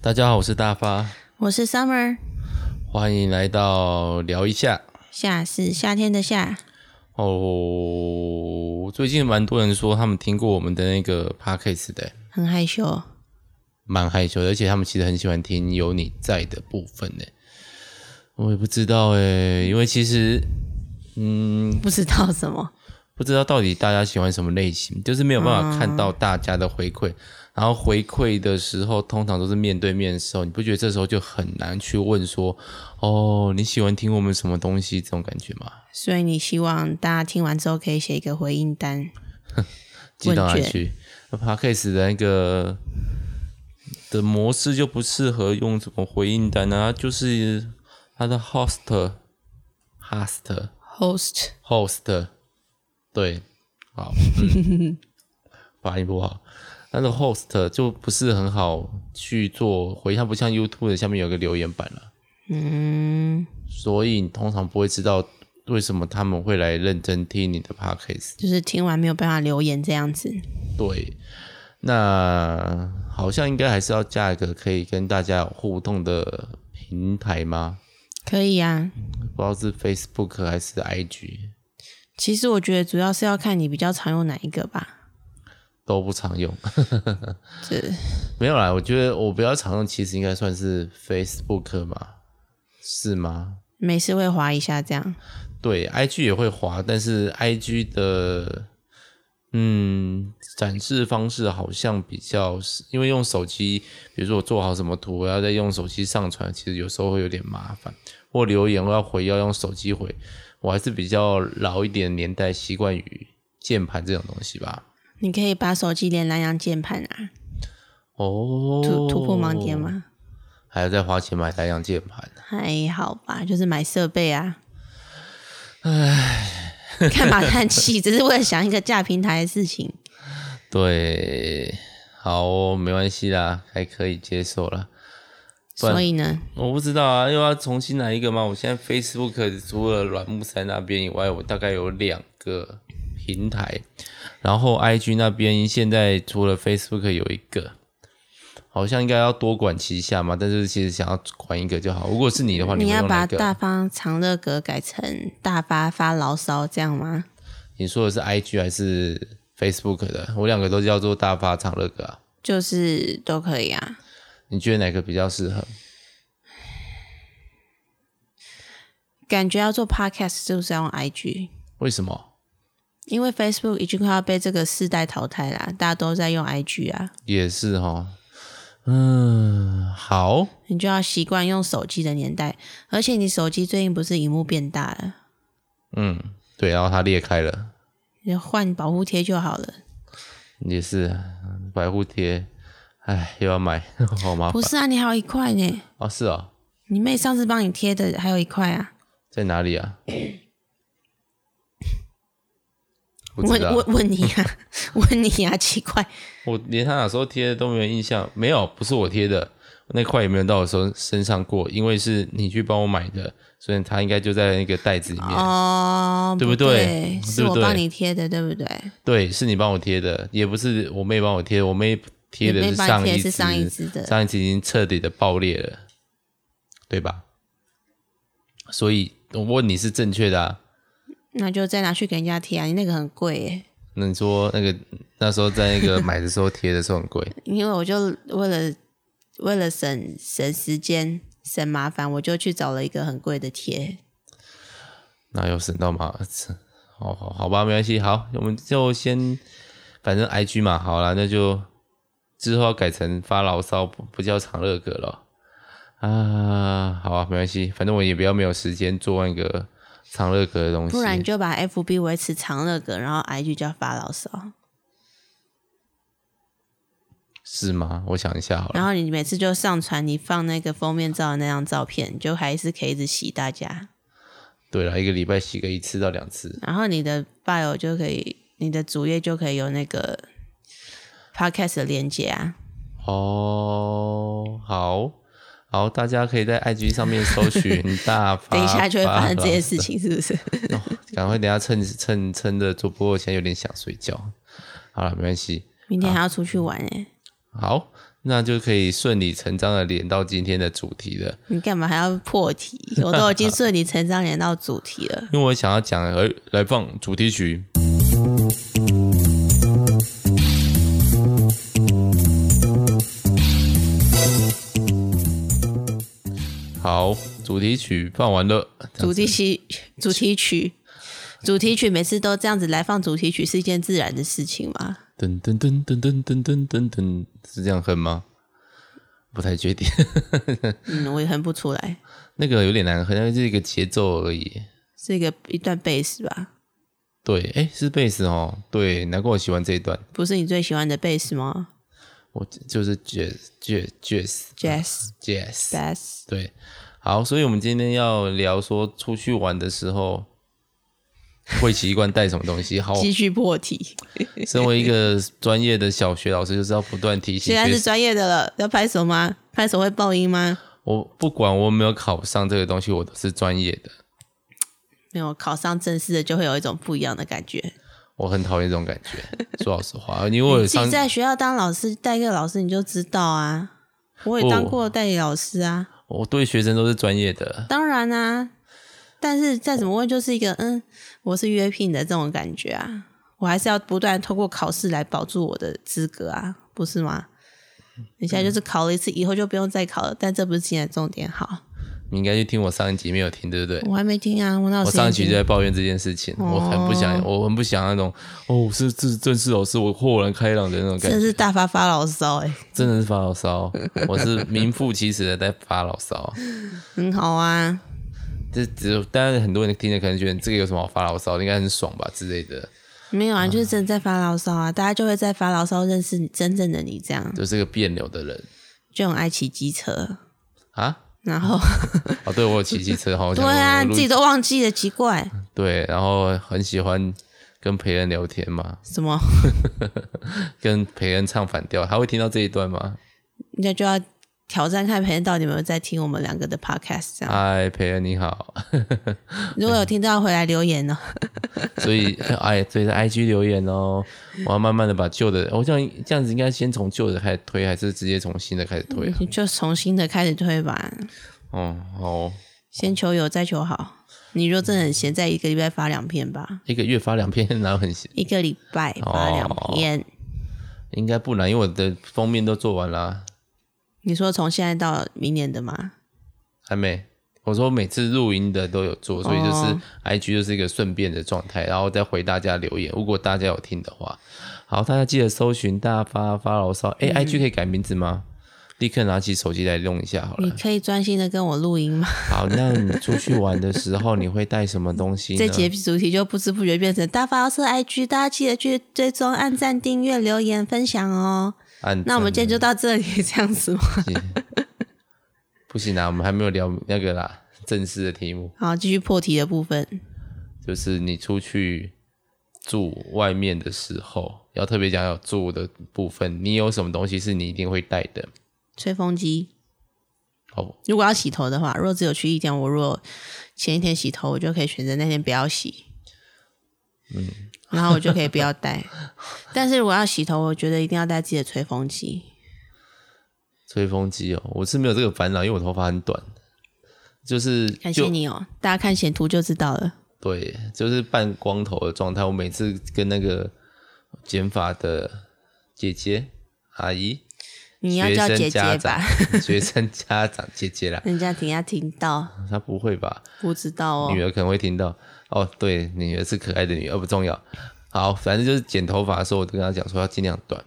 大家好，我是大发，我是 Summer，欢迎来到聊一下。夏是夏天的夏，哦，最近蛮多人说他们听过我们的那个 podcast 的，很害羞。 蛮害羞的，而且他们其实很喜欢听有你在的部分呢。我也不知道哎，因为其实嗯，不知道什么，不知道到底大家喜欢什么类型，就是没有办法看到大家的回馈。然后回馈的时候，通常都是面对面的时候，你不觉得这时候就很难去问说，哦，你喜欢听我们什么东西这种感觉吗？所以你希望大家听完之后可以写一个回应单。寄到哪问里卷去 p a c k a s e 的那个的模式就不适合用什么回应单啊，它就是它的 host host Host， host，对，好，嗯 发音不好，它的 host 就不是很好去做回应，它不像 YouTube 的下面有个留言板了、嗯，所以你通常不会知道为什么他们会来认真听你的 p a c k a s e 就是听完没有办法留言这样子。对，那好像应该还是要加一个可以跟大家有互动的平台吗？可以啊，不知道是 Facebook 还是 IG，其实我觉得主要是要看你比较常用哪一个吧。都不常用。这没有啦，我觉得我比较常用，其实应该算是 Facebook 嘛，是吗？没事会划一下这样。对，IG 也会滑，但是 IG 的嗯展示方式好像比较是，因为用手机，比如说我做好什么图，我要再用手机上传，其实有时候会有点麻烦。或留言我要回要用手机回，我还是比较老一点年代习惯于键盘这种东西吧。你可以把手机连蓝牙键盘啊，哦，突突破盲点？吗？还要再花钱买蓝牙键盘，还好吧，就是买设备啊。 唉，干嘛叹气？只是为了想一个架平台的事情。对，好哦、没关系啦，还可以接受啦。不然所以呢，我不知道啊，又要重新来一个吗？我现在 Facebook 除了软木塞那边以外，我大概有两个平台，然后 IG 那边现在除了 Facebook 有一个，好像应该要多管齐下嘛。但是其实想要管一个就好。如果是你的话，你会要用哪把一大个？方长乐阁改成大发发牢骚这样吗？你说的是 IG 还是 Facebook 的？我两个都叫做大发长乐哥、啊，就是都可以啊。你觉得哪个比较适合？感觉要做 podcast 就是要用 IG，为什么？因为 Facebook 已经快要被这个世代淘汰啦，大家都在用 IG 啊，也是哈，嗯，好。你就要习惯用手机的年代。而且你手机最近不是荧幕变大了，嗯，对，然后它裂开了，你就换保护贴就好了。也是百户贴，哎，又要买， 好麻不烦是啊，你还有一块呢，哦。是哦，你妹上次帮你贴的还有一块啊。在哪里 啊？不知问道，问问你啊， 问你啊，奇怪，我连他哪时候贴的都没有印象，没有，不是我贴的，那块也没有到我身身上过，因为是你去帮我买的，所以它应该就在那个袋子里面。哦，对不不对是对不我对帮你贴的，对不对？对，是你帮我贴的，也不是我妹帮我贴的，我妹贴的你是妹帮上你贴一的只，是上一只的上一只已经彻底的爆裂了，对吧？所以我问你是正确的啊。那就再拿去给人家贴啊！你那个很贵耶，那你说那个那时候在那个买的时候贴的时候很贵，因为我就为了为了省省时间、省麻烦，我就去找了一个很贵的贴。那有省到吗？好好好吧，没关系，好，我们就先反正 IG 嘛，好啦，那就之后要改成发牢骚，不不叫长乐哥了啊。好啊，没关系，反正我也不要没有时间做那个长乐哥的东西。不然你就把 FB 维持长乐梗，然后 IG 叫发牢骚，是吗？我想一下好了。然后你每次就上传你放那个封面照的那张照片，你就还是可以一直洗大家。对了，一个礼拜洗个一次到两次，然后你的 bio 就可以，你的主页就可以有那个 podcast 的连接啊。哦，好好，大家可以在 IG 上面搜寻大发， 等一下就会发生这些些事情，是不是？赶快，等一下趁趁趁着做，不过我现在有点想睡觉。好了，没关系。明天还要出去玩哎、好，那就可以顺理成章的连到今天的主题了。你干嘛还要破题？我都已经顺理成章连到主题了。因为我想要讲而来放主题曲。好，主题曲放完了。主题曲，主题曲，主题曲，每次都这样子来放主题曲是一件自然的事情吗？噔噔噔噔噔噔噔噔噔，是这样哼吗？不太确定， 嗯，我也哼不出来，那个有点难哼，那个是一个节奏而已。是一个一段贝斯吧？对，哎，是贝斯哦。对，难怪我喜欢这一段。不是你最喜欢的贝斯吗我就是 jazz jazz jazz ？Jazz jazz， bass，对，好，所以我们今天要聊说出去玩的时候会习惯带什么东西。好，继续破题。身为一个专业的小学老师，就是要不断提醒现在学是生。专业的了，要拍手吗？拍手会爆音吗？我不管我有没有考上这个东西，我都是专业的。没有，考上正式的就会有一种不一样的感觉。我很讨厌这种感觉，说老实话，因为我有你自上己在学校当老师，代课老师你就知道啊。我也哦当过代理老师啊，我对学生都是专业的，当然啊。但是再怎么问，就是一个嗯，我是约聘的这种感觉啊。我还是要不断通过考试来保住我的资格啊，不是吗？你现在嗯就是考了一次，以后就不用再考了。但这不是今天的重点，好，你应该去听我上一集没有听，对不对？我还没听啊，我那我上一集就在抱怨这件事情，我很不想，我很不想那种哦，我是正正式老师，我豁然开朗的那种感真的觉，是大发发牢骚哎、真的是发牢骚，我是名副其实的在发牢骚。很好啊，这只有当然很多人听着可能觉得这个有什么好发牢骚，应该很爽吧之类的，没有啊，就是真的在发牢骚啊，大家就会在发牢骚认识你真正的你，这样就是个别扭的人就很爱骑机车，啊。然 后哦，对我有骑机车，好，我对想啊，我你录自己都忘记了，奇怪，对，然后很喜欢跟培恩聊天嘛，什么？跟培恩唱反调，他会听到这一段吗？那就要挑战看培恩到底有没有在听我们两个的 podcast，这样、嗨，培恩你好，啊如果有听到回来留言呢、所以 哎，所以在 IG 留言哦，我要慢慢的把旧的，我想这样子应该先从旧的开始推，还是直接从新的开始推啊？你就从新的开始推吧，哦，哦，先求有再求好。你若真的很闲，在一个礼拜发两篇吧，一个月发两篇， 然后很闲，一个礼拜发两篇。哦应该不难，因为我的封面都做完啊啦，你说从现在到明年的吗？还没。我说每次录音的都有做，所以就是哦 I G 就是一个顺便的状态，然后再回大家留言。如果大家有听的话，好，大家记得搜寻大发发牢骚。哎、i G 可以改名字吗？立刻拿起手机来弄一下好了你。可以专心的跟我录音吗？好，那你出去玩的时候，你会带什么东西呢？ 这节主题就不知不觉变成大发牢骚 IG，大家记得去追踪、按赞、订阅、留言、分享哦。按那我们今赞天就到这里， 这样子吗？不行啦，我们还没有聊那个啦，正式的题目好，继续破题的部分。就是你出去住外面的时候，要特别讲有住的部分，你有什么东西是你一定会带的？吹风机，哦，如果要洗头的话，如果只有去一天，我如果前一天洗头，我就可以选择那天不要洗，嗯，然后我就可以不要 带。但是如果要洗头，我觉得一定要带自己的吹风机。吹风机哦，我是没有这个烦恼，因为我头发很短，就是感谢就你哦，大家看显图就知道了。对，就是半光头的状态。我每次跟那个剪发的姐姐阿姨。你要叫姐姐学生家吧， 长，学生家长姐姐啦，人家等一下听到，她不会吧？不知道哦女。儿可能会听到。哦，对，女儿是可爱的女儿，哦不重要。好，反正就是剪头发的时候，我都跟她讲说要尽量短，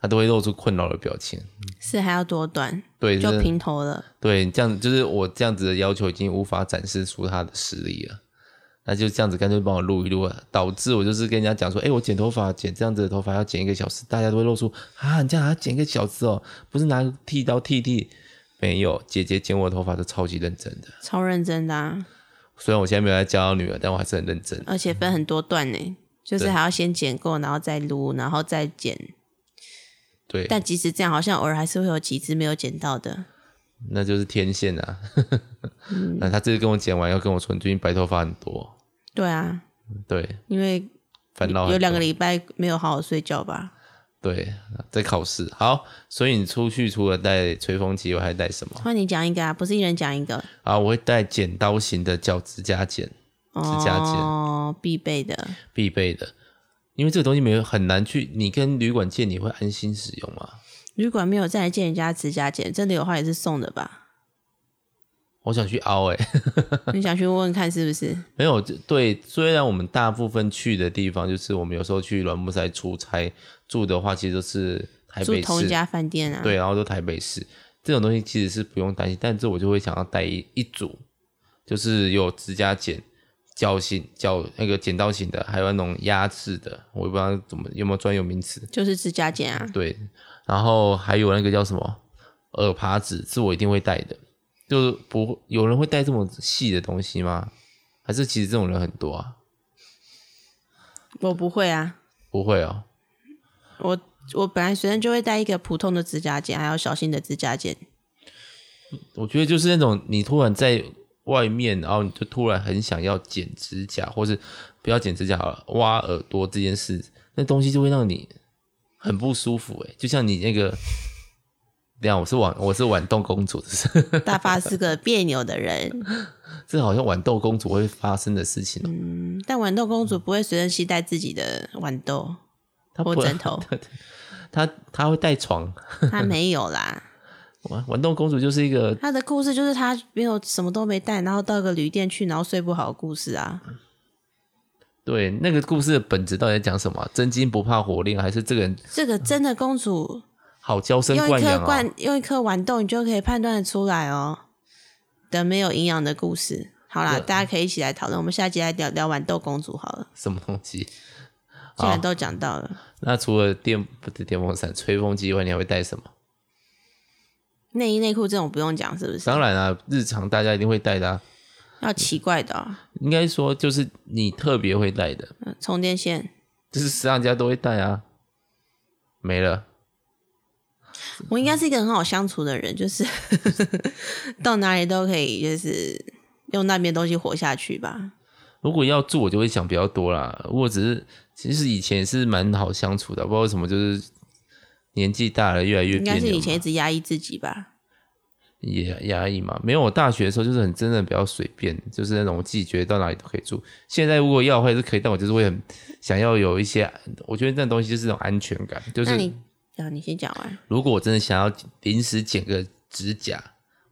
她都会露出困扰的表情。是还要多短，对，就真的平头了。对，这样就是我这样子的要求已经无法展示出她的实力了。那就这样子，干脆帮我录一录啊，导致我就是跟人家讲说，哎、我剪头发剪这样子的头发要剪一个小时，大家都会露出啊，你这样还要剪一个小时哦，不是拿剃刀剃剃，没有，姐姐剪我的头发都超级认真的。超认真的、啊，虽然我现在没有在教女儿，但我还是很认真。而且分很多段呢，就是对还要先剪过，然后再撸，然后再剪。对，但即使这样，好像偶尔还是会有几只没有剪到的。那就是天线啊。 那他这次跟我剪完，要跟我说你最近白头发很多，对啊，对，因为烦恼很多有两个礼拜没有好好睡觉吧，对，在考试。好，所以你出去除了带吹风机，我还带什么？换你讲一个啊，不是一人讲一个啊，我会带剪刀型的脚趾甲剪，指甲剪哦，必备的。必备的，因为这个东西没有很难去，你跟旅馆借，你会安心使用吗？旅馆没有再来借人家指甲剪，真的有话也是送的吧？我想去凹哎、欸，你想去问问看是不是？没有对，虽然我们大部分去的地方，就是我们有时候去软木塞出差住的话，其实都是 台住北同一市，家饭店啊？对，然后都台北市这种东西其实是不用担心，但是我就会想要带一一组，就是有指甲剪、脚型、脚那个剪刀型的，还有那种压制的，我也不知道怎么有没有专有名词，就是指甲剪啊。对，然后还有那个叫什么耳耙子，是我一定会带的，就是不有人会带这么细的东西吗？还是其实这种人很多啊？我不会啊，不会哦，我我本来随身就会带一个普通的指甲剪，还有小心的指甲剪。我觉得就是那种你突然在外面，然后你就突然很想要剪指甲，或是不要剪指甲好了，挖耳朵这件事，那东西就会让你很不舒服、欸。就像你那个，等一下我是晚我是晚动公主，这是大发是个别扭 的人，这好像晚豆公主会发生的事情哦、嗯但豌豆公主不会随身携带自己的豌豆，她或不枕 头她她会带床，她没有啦。玩玩动公主就是一个她的故事就是她没有什么都没带，然后到一个旅店去，然后睡不好的故事啊。对那个故事的本质到底在讲什么啊、真金不怕火炼，还是这个人这个真的公主好娇生用一惯颗养啊、罐，用一颗豌豆，你就可以判断得出来哦的没有营养的故事。好啦，大家可以一起来讨论。我们下集来聊聊豌豆公主好了，什么东西？既然都讲到了那除了电不是电风扇、吹风机以外，你还会带什么？内衣内裤这种不用讲，是不是？当然啊，日常大家一定会带的、啊，要奇怪的、哦应该说就是你特别会带的，嗯充电线。就是时尚家都会带啊。没了，我应该是一个很好相处的人，就是 到哪里都可以，就是用那边东西活下去吧。如果要住，我就会想比较多啦。如果只是，其实以前也是蛮好相处的，不知道为什么就是年纪大了越来越应该别是扭以嘛前一直压抑自己吧。也压抑嘛。没有，我大学的时候就是很真的比较随便，就是那种我自己觉得到哪里都可以住。现在如果要的话也是可以，但我就是会很想要有一些，我觉得那东西就是那种安全感。就那是你，啊，你先讲完。如果我真的想要临时剪个指甲、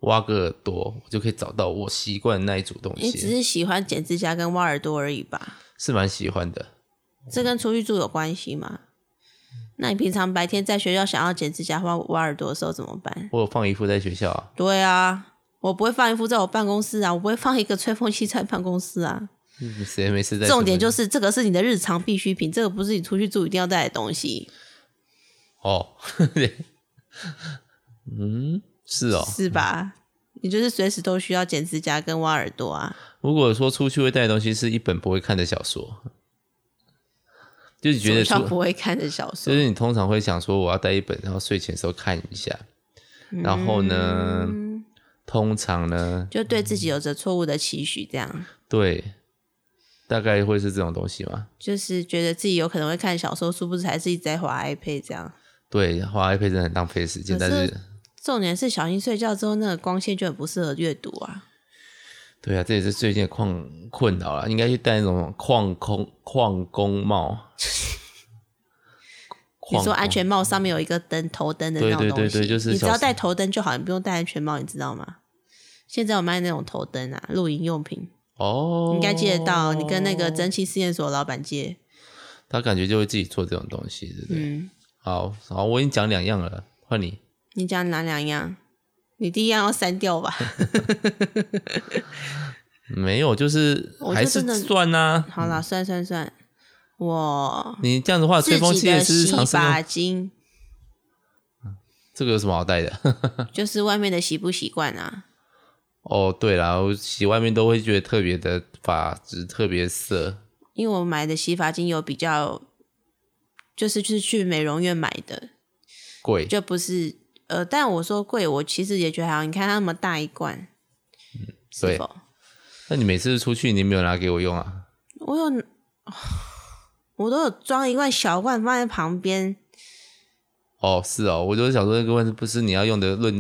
挖个耳朵，我就可以找到我习惯的那一组东你只西，是喜欢剪指甲跟挖耳朵而已吧？是蛮喜欢的。这跟出去住有关系吗？那你平常白天在学校想要剪指甲或挖耳朵的时候怎么办？我有放衣服在学校啊，对啊，我不会放一副在我办公室啊，我不会放一个吹风机在办公室啊。嗯谁没事在？重点就是是这个是你的日常必需品，这个不是你出去住一定要带的东西，哦， 嗯，是哦。是吧？你就是随时都需要剪指甲跟挖耳朵啊。如果说出去会带的东西是一本不会看的小说，就是觉得学校出，不会看的小说就，是你通常会想说我要带一本，然后睡前的时候看一下，然后呢，嗯通常呢，就对自己有着错误的期许，这样对，大概会是这种东西嘛。就是觉得自己有可能会看小说，殊不知还是一直在滑 iPad 这样。对，花 iPad 真的很浪费时间，可但是是重点是小新睡觉之后，那个光线就很不适合阅读啊。对啊，这也是最近的困困扰了，应该去戴那种矿工矿工帽。 你说矿安工全帽上面有一个灯头灯的那种对对东西，对对就是你只小要时戴头灯就好，你不用戴安全帽，你知道吗？现在有卖那种头灯啊，露营用品，哦，你应该借得到。你跟那个蒸汽试验所老板借，他感觉就会自己做这种东西，对不对？嗯，好，好，我已经讲两样了，换你。你讲哪两样？你第一样要删掉嗯吧。没有，就是我就还是真的算呐、好啦，算算算，我你这样子的话，啊吹自风己机也的是日洗常生活发精，这个有什么好带的？ 就是外面的洗不习惯啊。哦，对啦，我洗外面都会觉得特别的发质特别涩，因为我买的洗发精有比较，就是就是去美容院买的，贵。就不是呃，但我说贵，我其实也觉得还好。你看它那么大一罐，对是否？那你每次出去，你没有拿给我用啊？我有，我都有装一罐小罐放在旁边，哦，是哦，我就是想说这个问题不是你要用的论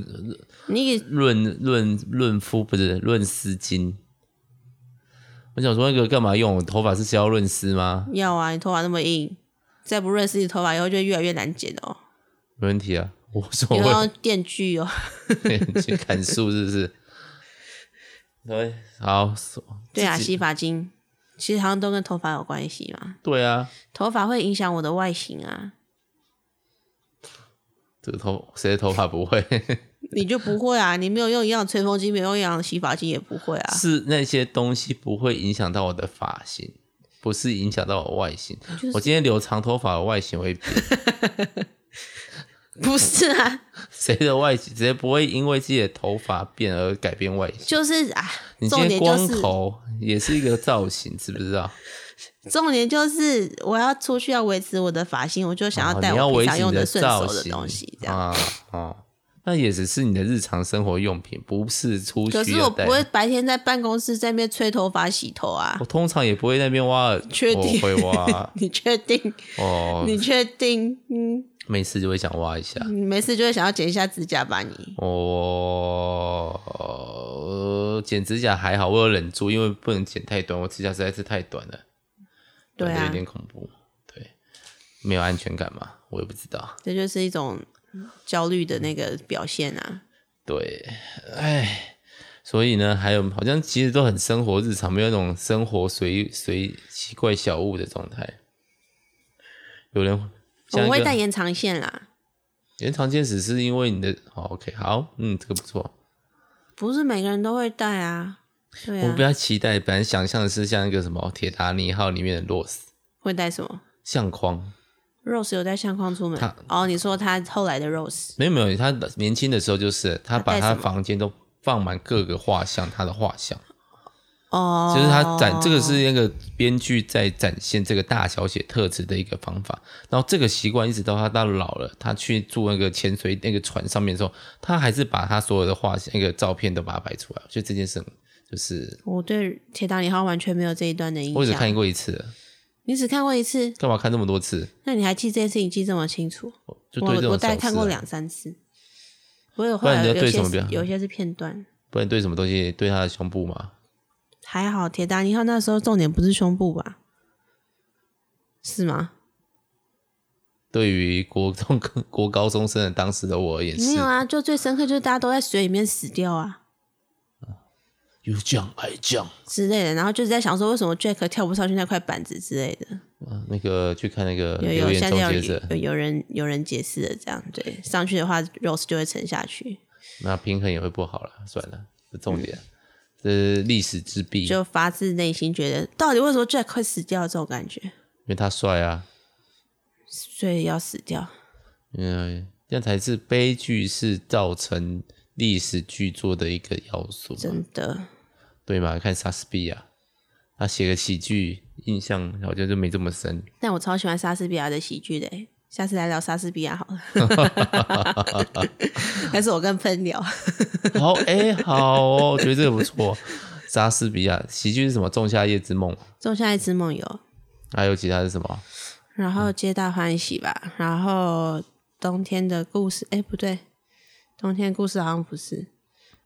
你论论论夫不是论丝巾。我想说那个干嘛用？我头发是需要润丝吗？要啊，你头发那么硬，再不润湿你头发以后就越来越难剪哦。没问题啊，无所你谓要。用电 锯哦。去砍树是不是？对，好，对啊，自己洗发精其实好像都跟头发有关系嘛，对啊，头发会影响我的外形啊。这个头谁的头发不 会？ 你就不会啊？你没有用一样的吹风机，没有用一样的洗发精，也不会 啊。是那些东西不会影响到我的发型，不是影响到我外形。就是我今天留长头发，我外形会变 不是啊，谁的外形谁不会因为自己的头发变而改变外形？就是啊你，今天重点就光是头也是一个造型，知不知道？重点就是我要出去要维持我的发型，我就 想哦带你要我维平持常用你的得顺造手的型东西，这样。啊哦，那也只是你的日常生活用品，不是出去可要是我带不会白天在办公室在那边吹头发、洗头 啊我。通常也不会在那边挖耳，确定我会挖你确定？哦，你确定？嗯，每次就会想挖一下。你没事就会想要剪一下指甲吧？你哦，呃剪指甲还好，我有忍住，因为不能剪太短，我指甲实在是太短了，对短得有啊，点恐怖，对，没有安全感嘛，我也不知道，这就是一种焦虑的那个表现啊。对，哎，所以呢，还有好像其实都很生活日常，没有那种生活随随奇怪小物的状态。有人像我一会个带延长线啦，延长见识是因为你的、哦、OK 好，嗯，这个不错。不是每个人都会带啊。对我啊比，较期待，本来想象的是像一个什么铁达尼号里面的 Rose 会带什么相框， ？Rose 有带相框出门他哦？你说他后来的 Rose 没有没有，他年轻的时候就是他把他带他什么房间都放满各个画像，他的画像，哦，就是他展这个是那个编剧在展现这个大小写特质的一个方法。然后这个习惯一直到他到老了，他去住那个潜水那个船上面的时候，他还是把他所有的画像那个照片都把它摆出来，我觉得这件事很就是我对铁达尼号完全没有这一段的印我只象。看过一次了。你只看过一次，干嘛看这么多次？那你还记这件事情记这么清楚？就对这我种我小大概事、看过啊，两三次。我有不后然来你有要对些什么是比较有些是片段，不然对什么东西？对他的胸部嘛？还好铁达尼号那时候重点不是胸部吧？是吗？对于国中 国高中生的当时的我而言没是有，啊，就最深刻就是大家都在水里面死掉啊有酱爱酱。之类的，然后就是在想说为什么 Jack 跳不上去那块板子之类的。嗯，那个去看那个有留有言现终在有结者，有有人有人解释了这样，对，上去的话 Rose 就会沉下去，那平衡也会不好了。算了，不重点，这是历史之弊，因嗯就发自内心觉得到底为什么 Jack 会死掉这种感觉，为他帅啊，所以要死掉。嗯，这样才是悲剧是造成历史剧作的一个要素嘛，真的，对嘛？看莎士比亚，他写个喜剧，印象好像就没这么深。但我超喜欢莎士比亚的喜剧的欸，下次来聊莎士比亚好了， 还是我跟喷聊？ 好，哎、好、哦，我觉得这个不错。莎士比亚喜剧是什么？《仲夏夜之梦》，仲夏夜之梦游，还有其他是什么？然后皆大欢喜吧，然后冬天的故事，哎、不对，冬天的故事好像不是，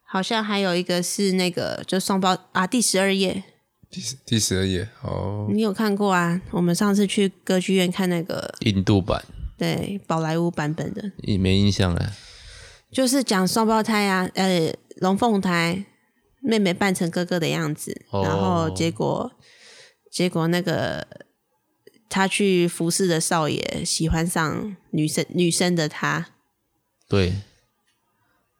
好像还有一个是那个就双胞啊，第十二页第第十二页哦，你有看过啊？我们上次去歌剧院看那个印度版，对宝莱坞版本的，也没印象了。就是讲双胞胎啊，呃，龙凤胎，妹妹扮成哥哥的样子，哦然后结果结果那个他去服侍的少爷喜欢上女生女生的他对，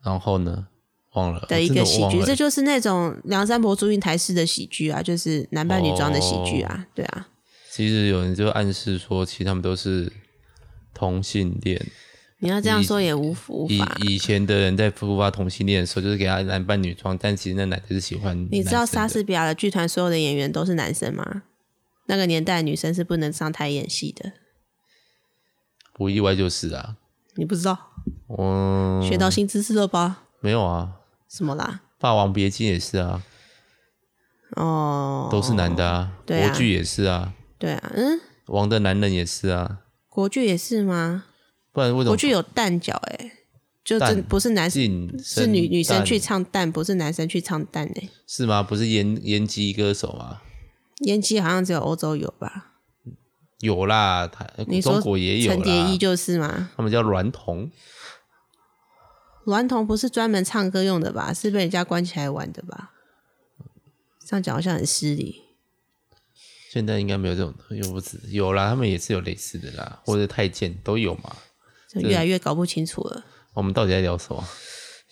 然后呢？忘了的一个喜剧，哦我真的忘了欸这就是那种梁山伯祝英台式的喜剧啊，就是男哦扮女装的喜剧啊，对啊，其实有人就暗示说，其实他们都是同性恋。你要这样说也无无以法。以前的人在复发同性恋的时候，就是给他男扮女装，但其实那男的是喜欢你知道男生莎的士比亚的剧团所有的演员都是男生吗？那个年代女生是不能上台演戏的，不意外就是啊，你不知道？嗯，学到新知识了吧？没有啊，什么啦？ 《霸王别姬》也是啊，哦，都是男的啊，对啊国剧也是啊，对啊，嗯， 《王的男人》也是啊，国剧也是吗？ 《不然为什么我去有蛋脚哎、就真蛋不是男生，进是女女生蛋去唱蛋，不是男生去唱蛋哎、是吗？不是烟烟机歌手啊吗？烟机好像只有欧洲有吧？有啦，台你说中国也有陈蝶啦衣，就是嘛。他们叫娈童，娈童不是专门唱歌用的吧？是被人家关起来玩的吧？这样讲好像很失礼。现在应该没有这种，又不止有啦，他们也是有类似的啦，或者太监都有嘛。就越来越搞不清楚了。我们到底在聊什么？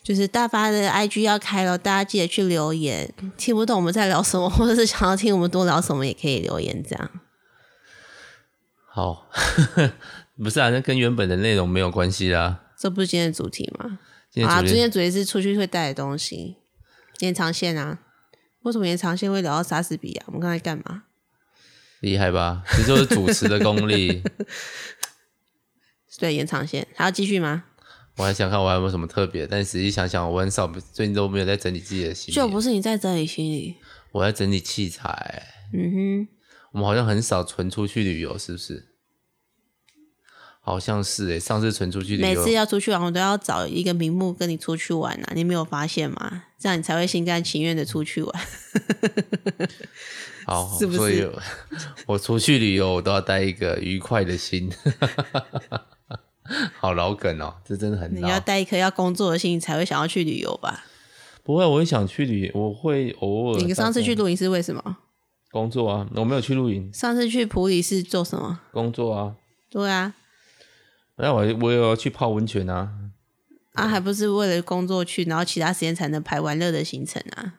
就是大发的 IG 要开了，大家记得去留言。听不懂我们在聊什么， 或者是想要听我们多聊什么，也可以留言。这样好， 不是啊，那跟原本的内容没有关系啦。这不是今天的主题吗？今天啊，主今题天主题是出去会带的东西，延长线啊。为什么延长线会聊到莎士比亚？我们刚才干嘛？厉害吧？这就是主持的功力。对，延长线还要继续吗？我还想看我还有没有什么特别，但实际想想，我很少最近都没有在整理自己的行就李，不是你在整理行李。我在整理器材。嗯我们好像很少存出去旅游，是不是？好像是诶、欸上次存出去哼，旅每游次，要出去玩，我都要找一个名目跟你出去玩啊。你没有发现吗？这样你才会心甘情愿的出去玩。好，是不是所以 我出去旅游，我都要带一个愉快的心。 好老梗哦，这真的很你老要。带一颗要工作的心，你才会想要去旅游吧？不会，我也想去旅，我会偶尔。你上次去露营是为什么？工作啊？我没有去露营，上次去普里是做什么？工作啊。对啊，那我我也要去泡温泉啊。啊，还不是为了工作去，然后其他时间才能排玩乐的行程啊。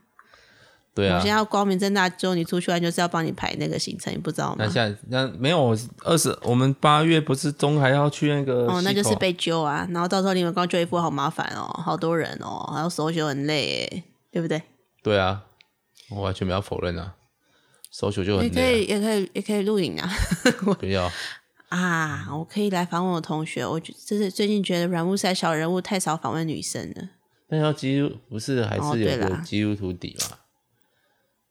对我啊现。在要光明正大揪你出去玩，就是要帮你排那个行程，你不知道吗那？下那没有二十，我们八月不是中还要去那个哦，那溪就是口被揪啊，然后到时候你们光揪一副好麻烦哦，好多人哦，还要手修很累耶，对不对？对啊，我完全没有否认啊，搜球就也很可累、以，也可以，也可以露营啊。啊，不 要啊，嗯我可以来访问我同学，我觉就是最近觉得软木塞小人物太少访问女生了。但要基督不是还哦是有对个啦基督徒底嘛？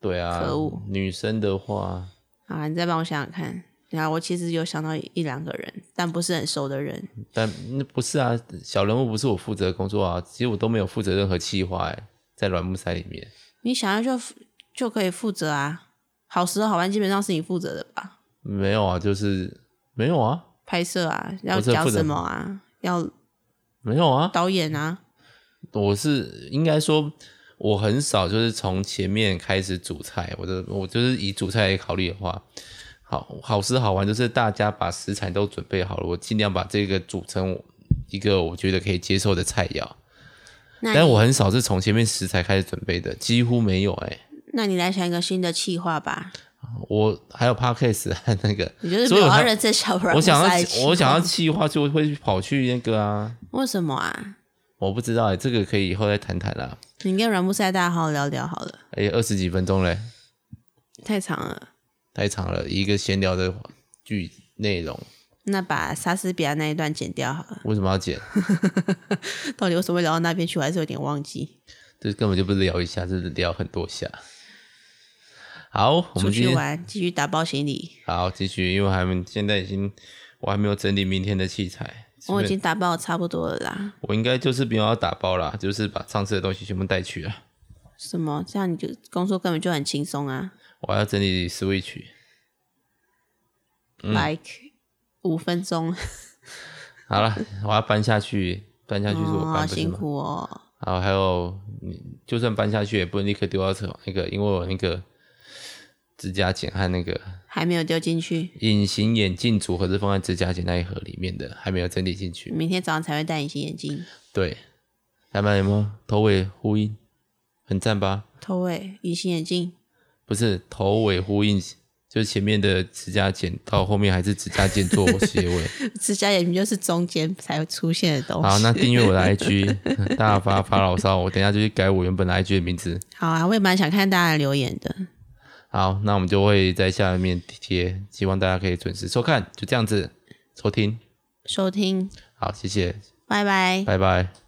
对啊，可恶女生的话，啊，你再帮我想想看。然后我其实有想到一两个人，但不是很熟的人。但那不是啊，小人物不是我负责的工作啊，其实我都没有负责任何企划、欸，在软木塞里面，你想要就负就可以负责啊，好时候好玩基本上是你负责的吧？没有啊，就是没有啊，拍摄啊，要我是讲负责什么啊，要没有啊，导演啊，我是应该说，我很少就是从前面开始煮菜，我的我就是以煮菜来考虑的话，好好吃好玩就是大家把食材都准备好了，我尽量把这个煮成一个我觉得可以接受的菜肴。那但你我很少是从前面食材开始准备的，几乎没有哎、那你来想一个新的企划吧。我还有 podcast 和那个，你就是所没以有我要才认真小软我木想塞的企要划我想要计划就会跑去那个啊，为什么啊？我不知道哎、这个可以以后再谈谈啦。你跟软木塞大家好好聊聊好了，哎、二十几分钟嘞。太长了。太长了，一个闲聊的剧内容那把莎士比亚那一段剪掉好了。为什么要剪？到底为什么会聊到那边去，我还是有点忘记。这根本就不是聊一下，这是聊很多下。好，我出们今去天玩，继续打包行李。好继续，因为我还没现在已经我还没有整理明天的器材，我已经打包得差不多了啦。我应该就是不用要打包啦，就是把上次的东西全部带去了。什么？这样你就工作根本就很轻松啊、我还要整理 Switch 嗯 l i k e 五分钟，好了，我要搬下去，搬下去是我哦，好搬不是辛吗？苦哦。然后还有，嗯就算搬下去也不能立刻丢到车那个，因为我那个指甲剪和那个还没有丢进去，隐形眼镜组合是放在指甲剪那一盒里面的，还没有整理进去。明天早上才会戴隐形眼镜。对，他们有没有头尾呼应？很赞吧？头尾隐形眼镜，不是头尾呼应，就是前面的指甲剪到后面还是指甲剪做结尾。指甲眼镜就是中间才会出现的东西。好，那订阅我的 IG 大发发牢骚，我等一下就去改我原本的 IG 的名字。好啊，我也蛮想看大家的留言的。好，那我们就会在下面贴，希望大家可以准时收看，就这样子收听。收听，好，谢谢，拜拜。拜拜。